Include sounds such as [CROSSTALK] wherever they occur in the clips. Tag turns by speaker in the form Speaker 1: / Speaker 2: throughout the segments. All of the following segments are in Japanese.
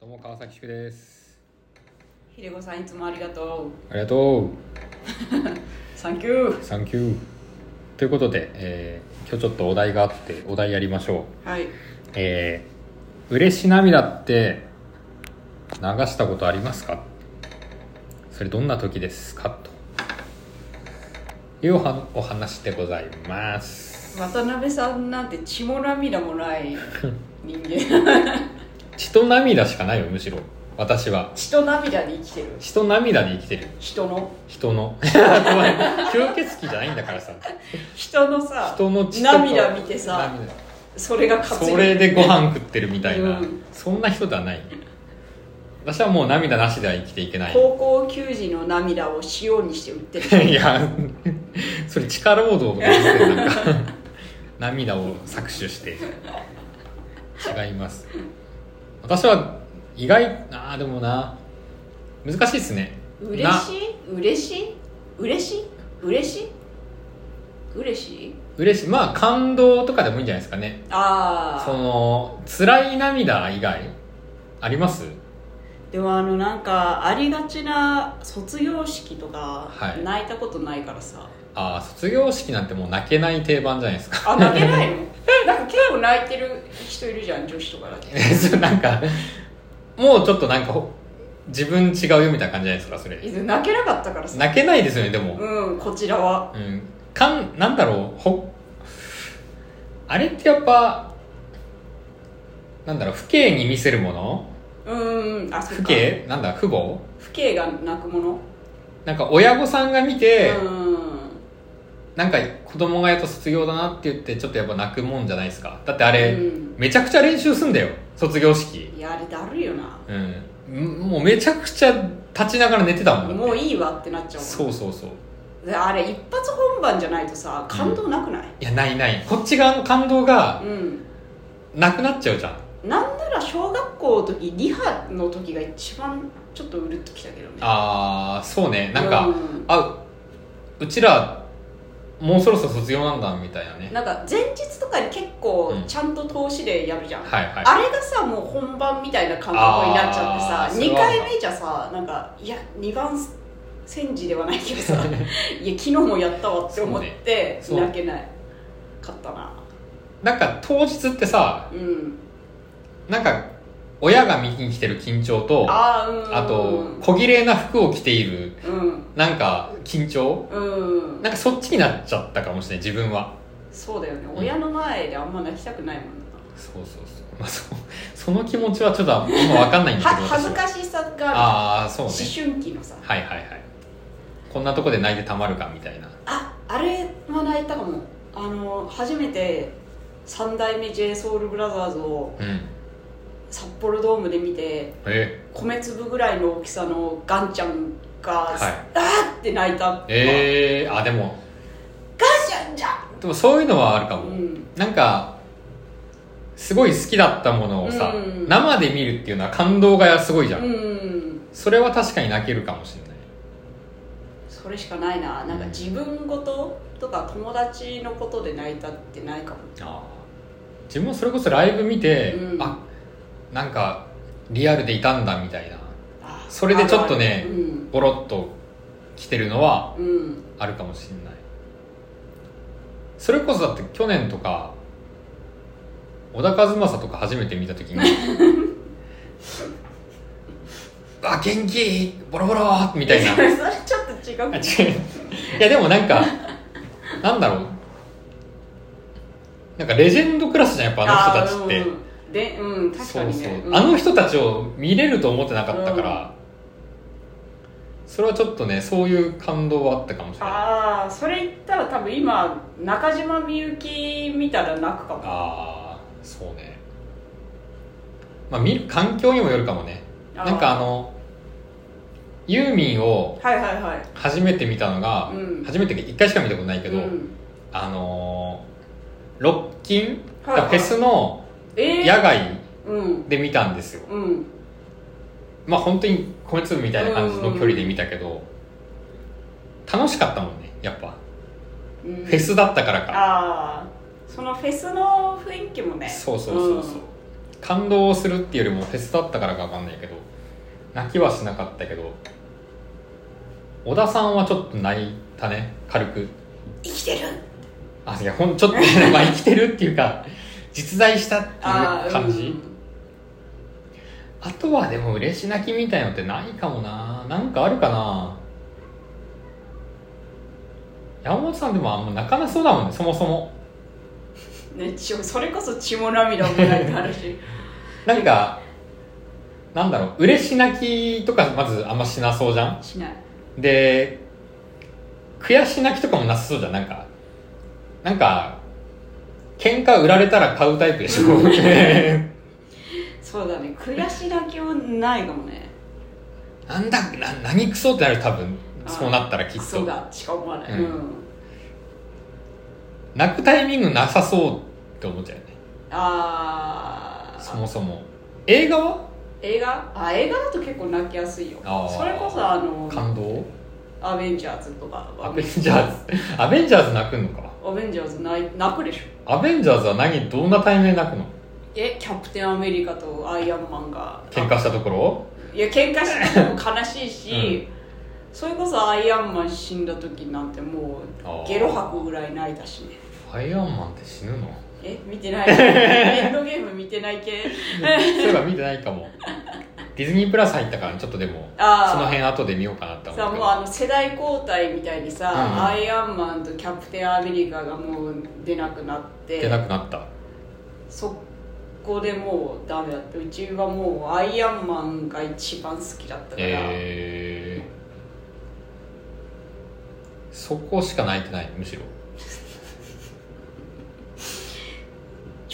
Speaker 1: 正木宿です
Speaker 2: ひでこさんいつもありがと
Speaker 1: ありがとう
Speaker 2: う。サンキュー。
Speaker 1: サンキューということで、えー今日ちょっとお題があってお題やりましょ
Speaker 2: はい。
Speaker 1: うえー、嬉し涙って流したことありますかそれどんな時ですかというおはお話でございます
Speaker 2: 渡辺さんなんて血も涙もない人
Speaker 1: [LAUGHS]
Speaker 2: 間。
Speaker 1: 血と涙しかないよむしろ私は
Speaker 2: 血と涙で生きてる。
Speaker 1: 血と涙で生きてる
Speaker 2: 人の。
Speaker 1: 人の [LAUGHS] ごめん吸血鬼じゃないんだからさ
Speaker 2: 人のさ、
Speaker 1: 人の血とか
Speaker 2: 涙見てさ、
Speaker 1: 涙
Speaker 2: それが活
Speaker 1: [LAUGHS] それでご飯食ってるみたいな、
Speaker 2: うん
Speaker 1: そんな人ではない私はもう涙なしでは生きていけない
Speaker 2: 高校球児の涙を塩にして売ってる。
Speaker 1: いやそれ力労働とかですねなんか [LAUGHS] 涙を搾取して違います私は意外あーでもな難しいですね
Speaker 2: 嬉しい嬉しい嬉しい嬉しい嬉しい
Speaker 1: 嬉しいまあ感動とかでもいいんじゃないですかね
Speaker 2: あ
Speaker 1: そ
Speaker 2: あ。
Speaker 1: の辛い涙以外あります
Speaker 2: でもあのなんかありがちな卒業式とか
Speaker 1: はい
Speaker 2: 泣いたことないからさ、
Speaker 1: ああ卒業式なんてもう泣けない定番じゃないですか
Speaker 2: あ泣けないのなんか結構泣いてる人いるじゃん女子とかだけ
Speaker 1: え [LAUGHS] そうなんかもうちょっとなんかほ自分違うよみたいな感じじゃないですかそれ
Speaker 2: え泣けなかったからさ
Speaker 1: 泣けないですよねでも、
Speaker 2: うんこちらは
Speaker 1: うん、かんなんだろうほあれってやっぱなんだろう父兄に見せるもの
Speaker 2: うんあそっ
Speaker 1: 父
Speaker 2: か
Speaker 1: 兄なんだ父母
Speaker 2: 父兄が泣くもの、
Speaker 1: なんか親御さんが見て、
Speaker 2: うん
Speaker 1: なんか子供がやっと卒業だなって言ってちょっとやっぱ泣くもんじゃないですかだってあれ、
Speaker 2: うん
Speaker 1: めちゃくちゃ練習すんだよ卒業式
Speaker 2: いやあれだるいよな
Speaker 1: うんもうめちゃくちゃ立ちながら寝てたもんだって
Speaker 2: もういいわってなっちゃう
Speaker 1: そうそうそう
Speaker 2: であれ一発本番じゃないとさ感動なくない、
Speaker 1: いやないないこっち側の感動が
Speaker 2: うん
Speaker 1: なくなっちゃうじゃん
Speaker 2: なんなら小学校の時リハの時が一番ちょっとうるっときたけどね
Speaker 1: あーそうねなんか、
Speaker 2: うん
Speaker 1: あうちらもうそろそろ卒業なんだみたいなね
Speaker 2: なんか前日とかに結構
Speaker 1: うん
Speaker 2: ちゃんと投資でやるじゃん、
Speaker 1: はいはい
Speaker 2: あれがさもう本番みたいな感覚になっちゃ
Speaker 1: あー
Speaker 2: って
Speaker 1: そ
Speaker 2: さ
Speaker 1: れは
Speaker 2: 2回目じゃさなんかいや2番戦時ではないけどさ
Speaker 1: [LAUGHS]
Speaker 2: いや昨日もやったわって思って
Speaker 1: そうねそう
Speaker 2: 泣けないかったな
Speaker 1: なんか当日ってさ
Speaker 2: うん
Speaker 1: なんか親が見に来てる緊張とあ
Speaker 2: ああうん
Speaker 1: と小綺麗な服を着ている
Speaker 2: うん
Speaker 1: なんか緊張
Speaker 2: うん
Speaker 1: なんかそっちになっちゃったかもしれない自分は
Speaker 2: そうだよね
Speaker 1: ん
Speaker 2: 親の前であんま泣きたくないもんな
Speaker 1: そうそうそう、まあ、そう [LAUGHS] その気持ちはちょっと今わかんないんだ
Speaker 2: は
Speaker 1: けど
Speaker 2: 恥ず
Speaker 1: しい
Speaker 2: かしさがあ
Speaker 1: ああそう
Speaker 2: る
Speaker 1: ね
Speaker 2: じゃん思春期のさ
Speaker 1: はいはいはいこんなとこで泣いてたまるかみたいな
Speaker 2: ああれは泣いたかもあの初めて三代目 j s o u l b r o t h e r s を
Speaker 1: うん
Speaker 2: 札幌ドームで見て
Speaker 1: え
Speaker 2: 米粒ぐらいの大きさのガンちゃんが、
Speaker 1: い
Speaker 2: あーって泣いた
Speaker 1: えー、あでも
Speaker 2: ガンちゃんじゃ
Speaker 1: でもそういうのはあるか
Speaker 2: ん、う
Speaker 1: も
Speaker 2: ん、
Speaker 1: なんかすごい好きだったものをさ、
Speaker 2: うん
Speaker 1: 生で見るっていうのは感動がすごいじゃん、
Speaker 2: うん、
Speaker 1: それは確かに泣けるかもしれない
Speaker 2: それしかないななんか自分ごととか友達のことで泣いたってないかも
Speaker 1: あー自分もそれこそライブ見て、
Speaker 2: うん
Speaker 1: あなんかリアルでいたんだみたいな
Speaker 2: あー
Speaker 1: それでちょっとね
Speaker 2: あるあるうん
Speaker 1: ボロッと来てるのは
Speaker 2: うん、
Speaker 1: あるかもしれないそれこそだって去年とか小田和正とか初めて見た
Speaker 2: [LAUGHS]
Speaker 1: 時に「あ元気ボロボロ!」みたいな
Speaker 2: それそれちょっと違う
Speaker 1: あ違ういやでもなんかなんだろうなんかレジェンドクラスじゃんやっぱあの人たちって
Speaker 2: あー、うん、でうん確
Speaker 1: そ
Speaker 2: か
Speaker 1: う
Speaker 2: に
Speaker 1: そう、
Speaker 2: ね
Speaker 1: あの人たちを見れると思ってなかったから、それはちょっとねそういう感動はあったかもしれない
Speaker 2: ああそれ言ったら多分今中島みゆき見たら泣くかも
Speaker 1: ああそうねまあ見る環境にもよるかもねなんかあ
Speaker 2: の
Speaker 1: のユーミンを
Speaker 2: はいはいはい
Speaker 1: 初めて見たのが、
Speaker 2: うん
Speaker 1: 初めて1回しか見たことないけど、
Speaker 2: うん
Speaker 1: あのー、ロッキン、
Speaker 2: はいはい
Speaker 1: フェスの
Speaker 2: えー、
Speaker 1: 野外
Speaker 2: うん
Speaker 1: で見たんですよ
Speaker 2: うん
Speaker 1: まあ本当に米粒みたいな感じの距離で見たけど、楽しかったもんねやっぱ、
Speaker 2: うん
Speaker 1: フェスだったからか
Speaker 2: ああそのフェスの雰囲気もね
Speaker 1: そうそうそうそう、
Speaker 2: ん
Speaker 1: 感動をするっていうよりもフェスだったからかわかんないけど泣きはしなかったけど小田さんはちょっと泣いたね軽く
Speaker 2: 生きてる
Speaker 1: あいやほんちょっと
Speaker 2: [LAUGHS]
Speaker 1: まあ生きてるっていうか実在したって
Speaker 2: あ
Speaker 1: い
Speaker 2: ー
Speaker 1: う感
Speaker 2: う
Speaker 1: じ
Speaker 2: ん
Speaker 1: あ,、とはでも嬉し泣きみたいのってないかもななんかあるかな山本さんでもあんま泣かなそうだもんねそもそも
Speaker 2: ね、血もそれこそ血も涙もないって話
Speaker 1: なんかなんだろう嬉し泣きとかまずあんましなそうじゃん
Speaker 2: しない
Speaker 1: で悔し泣きとかもなさそうじゃんなんかなんか喧嘩売られたら買うタイプでしょ
Speaker 2: そうだね悔し泣きはないかもね
Speaker 1: [LAUGHS] なんだな何クソってなる多分そうなったらきっ
Speaker 2: クソ
Speaker 1: と
Speaker 2: がしか思わない、
Speaker 1: うん
Speaker 2: うん
Speaker 1: 泣くタイミングなさそうって思っちゃうよね
Speaker 2: あー
Speaker 1: そもそも映画は
Speaker 2: 映画あ映画だと結構泣きやすいよ
Speaker 1: あー
Speaker 2: それこそあの
Speaker 1: 感動
Speaker 2: 「アベンジャーズ」とか
Speaker 1: アベンジャーズアベンジャーズ泣くのか
Speaker 2: アベンジャーズ泣い泣くでしょ
Speaker 1: アベンジャーズは何どんなタイミングで泣くの
Speaker 2: えキャプテンアメリカとアイアンマンが
Speaker 1: 喧嘩したところ
Speaker 2: いや喧嘩しても悲しいし、それこそアイアンマン死んだ時なんても
Speaker 1: あー
Speaker 2: うゲロ吐くぐらい泣いたしね
Speaker 1: アイアンマンって死ぬの
Speaker 2: え見
Speaker 1: [LAUGHS]
Speaker 2: てないエンドゲーム見てない系
Speaker 1: そういえば見てないかもディズニープラス入ったからちょっとでも
Speaker 2: あー
Speaker 1: その辺後で見ようかなって思
Speaker 2: さ
Speaker 1: う
Speaker 2: も
Speaker 1: け
Speaker 2: う
Speaker 1: ど
Speaker 2: あの世代交代みたいにさ、
Speaker 1: うん
Speaker 2: アイアンマンとキャプテンアメリカがもう出なくなって
Speaker 1: 出なくなった
Speaker 2: そこでもうダメだってうちはもうアイアンマンが一番好きだったから、
Speaker 1: えー、そこしか泣いてないむしろ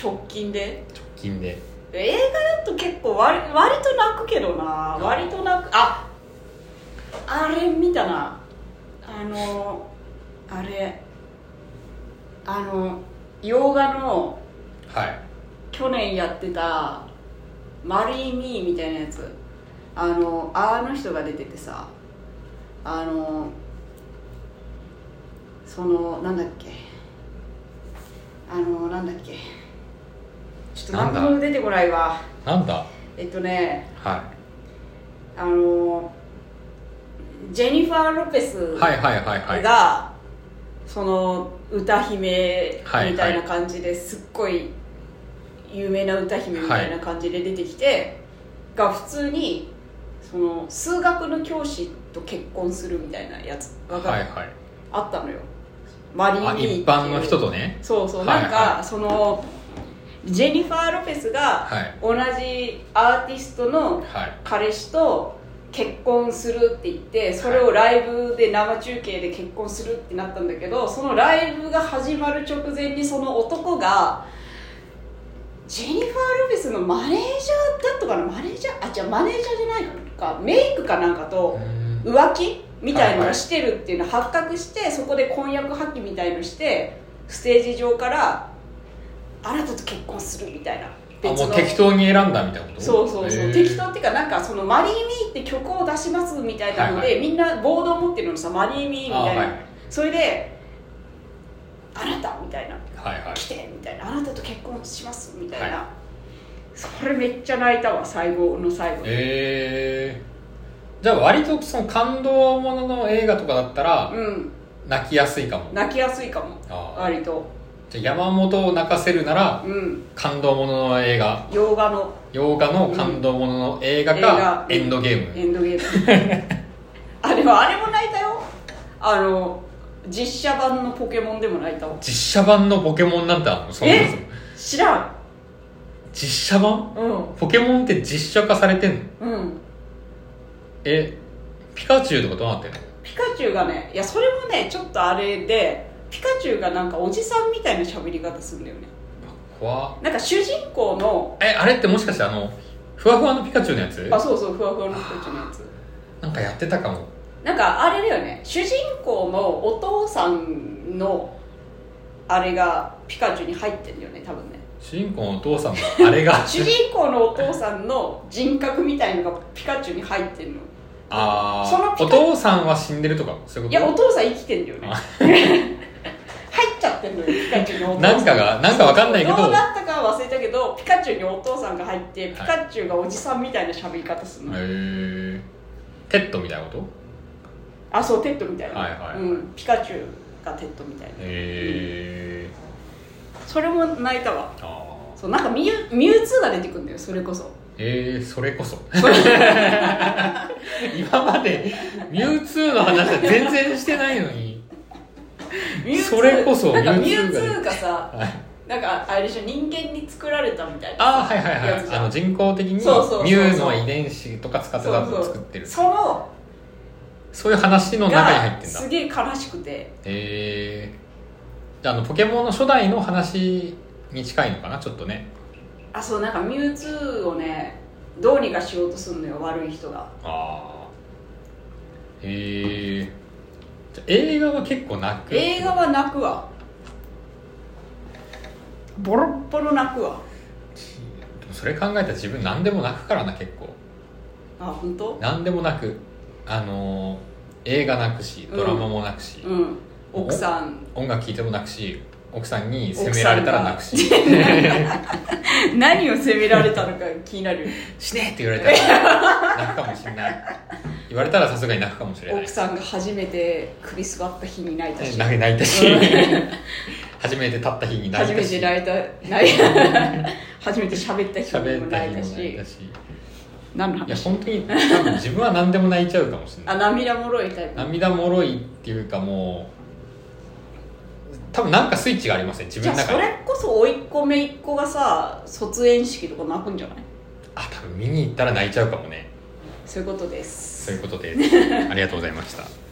Speaker 2: 直近で
Speaker 1: 直近で
Speaker 2: 映画だと結構割割と泣くけどな割と泣くああれ見たなあのあれあの洋画の
Speaker 1: はい
Speaker 2: 去年やってた「マリー・ミー」みたいなやつあのあの人が出ててさあのそのなんだっけあのなんだっけちょっと
Speaker 1: なんだ
Speaker 2: 何も出てこないわ
Speaker 1: なんだ
Speaker 2: えっとね
Speaker 1: は
Speaker 2: あのジェニファー・ロペス
Speaker 1: い、
Speaker 2: が、
Speaker 1: はいはいはいはい
Speaker 2: その歌姫みたいな感じですっごい有名な歌姫みたいな感じで出てきて、が普通にその数学の教師と結婚するみたいなやつが、
Speaker 1: はいはい
Speaker 2: あったのよマリー・
Speaker 1: あ
Speaker 2: ミーっていう
Speaker 1: 一般の人とね
Speaker 2: そうそう、
Speaker 1: はい
Speaker 2: なん
Speaker 1: は
Speaker 2: かそのジェニファー・ロペスが
Speaker 1: はい
Speaker 2: 同じアーティストの
Speaker 1: はい
Speaker 2: 彼氏と結婚するって言ってそれをライブで生中継で結婚するってなったんだけどそのライブが始まる直前にその男がジェニファー・ロペスのマネージャーだったかなマネージャーあじゃマネージャーじゃないかメイクかなんかと
Speaker 1: うーん
Speaker 2: 浮気みたいのをしてるっていうのを発覚してそこで婚約破棄みたいのしてステージ上からあなたと結婚するみたいな
Speaker 1: あもう適当に選んだみたいなこと
Speaker 2: そうそうそう、
Speaker 1: へー
Speaker 2: 適当っていうかなんかその「マリー・ミー」って曲を出しますみたいなので、
Speaker 1: はいはい
Speaker 2: みんなボードを持ってるのにさ「マリー・ミー」み
Speaker 1: あは
Speaker 2: たい
Speaker 1: い
Speaker 2: な、
Speaker 1: はい
Speaker 2: それで「あなた」みたいな
Speaker 1: は
Speaker 2: 「
Speaker 1: い
Speaker 2: 来て」みたいな「あなたと結婚します」みたいな、
Speaker 1: は
Speaker 2: それめっちゃ泣いたわ最後の最後に
Speaker 1: えー、じゃあ割とその感動ものの映画とかだったら
Speaker 2: うん
Speaker 1: 泣きやすいかも
Speaker 2: 泣きやすいかも
Speaker 1: あー
Speaker 2: 割と
Speaker 1: じゃあ山本を泣かせるなら
Speaker 2: うん
Speaker 1: 感動ものの映画
Speaker 2: 洋画の
Speaker 1: 洋画の感動ものの映画
Speaker 2: うん
Speaker 1: か、
Speaker 2: 映画
Speaker 1: エンドゲーム、
Speaker 2: エンドゲーム [LAUGHS] あでもあれも泣いたよあの実写版のポケモンでも泣いたわ
Speaker 1: 実写版のポケモンなんてあんのそも
Speaker 2: え
Speaker 1: そも
Speaker 2: 知らん
Speaker 1: 実写版
Speaker 2: うん
Speaker 1: ポケモンって実写化されてんの
Speaker 2: うん
Speaker 1: えピカチュウとかどうなってんの
Speaker 2: ピカチュウがねいやそれもねちょっとあれでピカチュウがなんかおじさんみたいな喋り方するんだよね
Speaker 1: 怖っ
Speaker 2: なんか主人公の
Speaker 1: えあれってもしかしてあのふわふわのピカチュウのやつ
Speaker 2: あそうそうふわふわのピカチュウのやつ
Speaker 1: なんかやってたかも
Speaker 2: なんかあれだよね主人公のお父さんのあれがピカチュウに入ってんだよね多分ね
Speaker 1: 主人公のお父さんのあれが
Speaker 2: 主人公のお父さんの人格みたいのがピカチュウに入ってんの
Speaker 1: あ
Speaker 2: その
Speaker 1: あ
Speaker 2: ピ
Speaker 1: お
Speaker 2: カチュウ
Speaker 1: 父さんは死んでるとかそういう
Speaker 2: い
Speaker 1: こ
Speaker 2: やお
Speaker 1: と
Speaker 2: 父さん生きてんだよね
Speaker 1: あ
Speaker 2: 入っちゃってんのよピカチュウのお父さん
Speaker 1: なんかがなんかわかんないけど
Speaker 2: どうなったかは忘れたけどピカチチュウにお父さんが入ってピカチュウがおじさんみたいな喋り方するの、
Speaker 1: えテッドみたいなこと
Speaker 2: あそうテッドみたいな、
Speaker 1: はいはいはい
Speaker 2: うん、ピカチュウがテッドみたいな
Speaker 1: へえ
Speaker 2: それも泣いたわ
Speaker 1: あー
Speaker 2: そうなんかミュミュウツーが出てくるんだよそれこそ
Speaker 1: えー、それこそ [LAUGHS] 今までミュウツーの話は全然してないのに
Speaker 2: ミュウツー
Speaker 1: それこそ
Speaker 2: なんかミ
Speaker 1: ミ
Speaker 2: ュ
Speaker 1: ュ
Speaker 2: ウ
Speaker 1: ウ
Speaker 2: ツ
Speaker 1: ツーが
Speaker 2: ーがさ
Speaker 1: はい
Speaker 2: なんかあれでしょ人間に作られたみたいな
Speaker 1: ああはいはい
Speaker 2: や
Speaker 1: は
Speaker 2: つ
Speaker 1: い
Speaker 2: じゃん
Speaker 1: あの人工的にミ
Speaker 2: そうそうそうそう
Speaker 1: ュウの遺伝子とか使ってた
Speaker 2: そう
Speaker 1: の
Speaker 2: そう
Speaker 1: を作ってる
Speaker 2: その
Speaker 1: そういう話の中に入っ
Speaker 2: が
Speaker 1: てんだ
Speaker 2: すげえ悲しくて
Speaker 1: えー、じゃああのポケモンの初代の話に近いのかなちょっとね
Speaker 2: あそうなんかミュウツーをねどうにかしようとするのよ悪い人が
Speaker 1: ああへえじゃあ映画は結構泣く
Speaker 2: 映画は泣くわボロッボロ泣くわ
Speaker 1: でもそれ考えたら自分何でも泣くからな結構
Speaker 2: あ本当
Speaker 1: 何でも泣くあのー映画泣くしドラマも泣くし、
Speaker 2: うん奥さん
Speaker 1: 音楽聴いても泣くし奥さんに責められたら泣く
Speaker 2: [LAUGHS]
Speaker 1: し
Speaker 2: 何を責められたのか気に
Speaker 1: [LAUGHS]
Speaker 2: なる
Speaker 1: 死ねって言われたら泣くかもしれない言われたらさすがに泣くかもしれない
Speaker 2: 奥さんが初めて首すばった日に泣いたし
Speaker 1: 泣泣いたし
Speaker 2: うん
Speaker 1: [LAUGHS] 初めて立った日に泣い
Speaker 2: 初
Speaker 1: た
Speaker 2: めて
Speaker 1: し
Speaker 2: 泣いた泣いた [LAUGHS] 初めて喋った人に
Speaker 1: 喋
Speaker 2: も
Speaker 1: った
Speaker 2: 泣
Speaker 1: 日
Speaker 2: い
Speaker 1: も泣
Speaker 2: た
Speaker 1: い
Speaker 2: した
Speaker 1: し
Speaker 2: 何の
Speaker 1: いや
Speaker 2: 話
Speaker 1: 本当に多分自分は何でも泣いちゃうかもしれな
Speaker 2: あ
Speaker 1: い
Speaker 2: 涙もろいタイプ
Speaker 1: 涙もろいっていうかもう多分なんかスイッチがありますね自
Speaker 2: じ
Speaker 1: 分
Speaker 2: ゃ
Speaker 1: の
Speaker 2: あ
Speaker 1: 中
Speaker 2: そ
Speaker 1: に
Speaker 2: れこそ甥っ子姪っ子がさ卒園式とか泣くんじゃない
Speaker 1: あ多分見に行ったら泣いちゃうかもね
Speaker 2: そういうことです [LAUGHS]
Speaker 1: そういうことでありがとうございました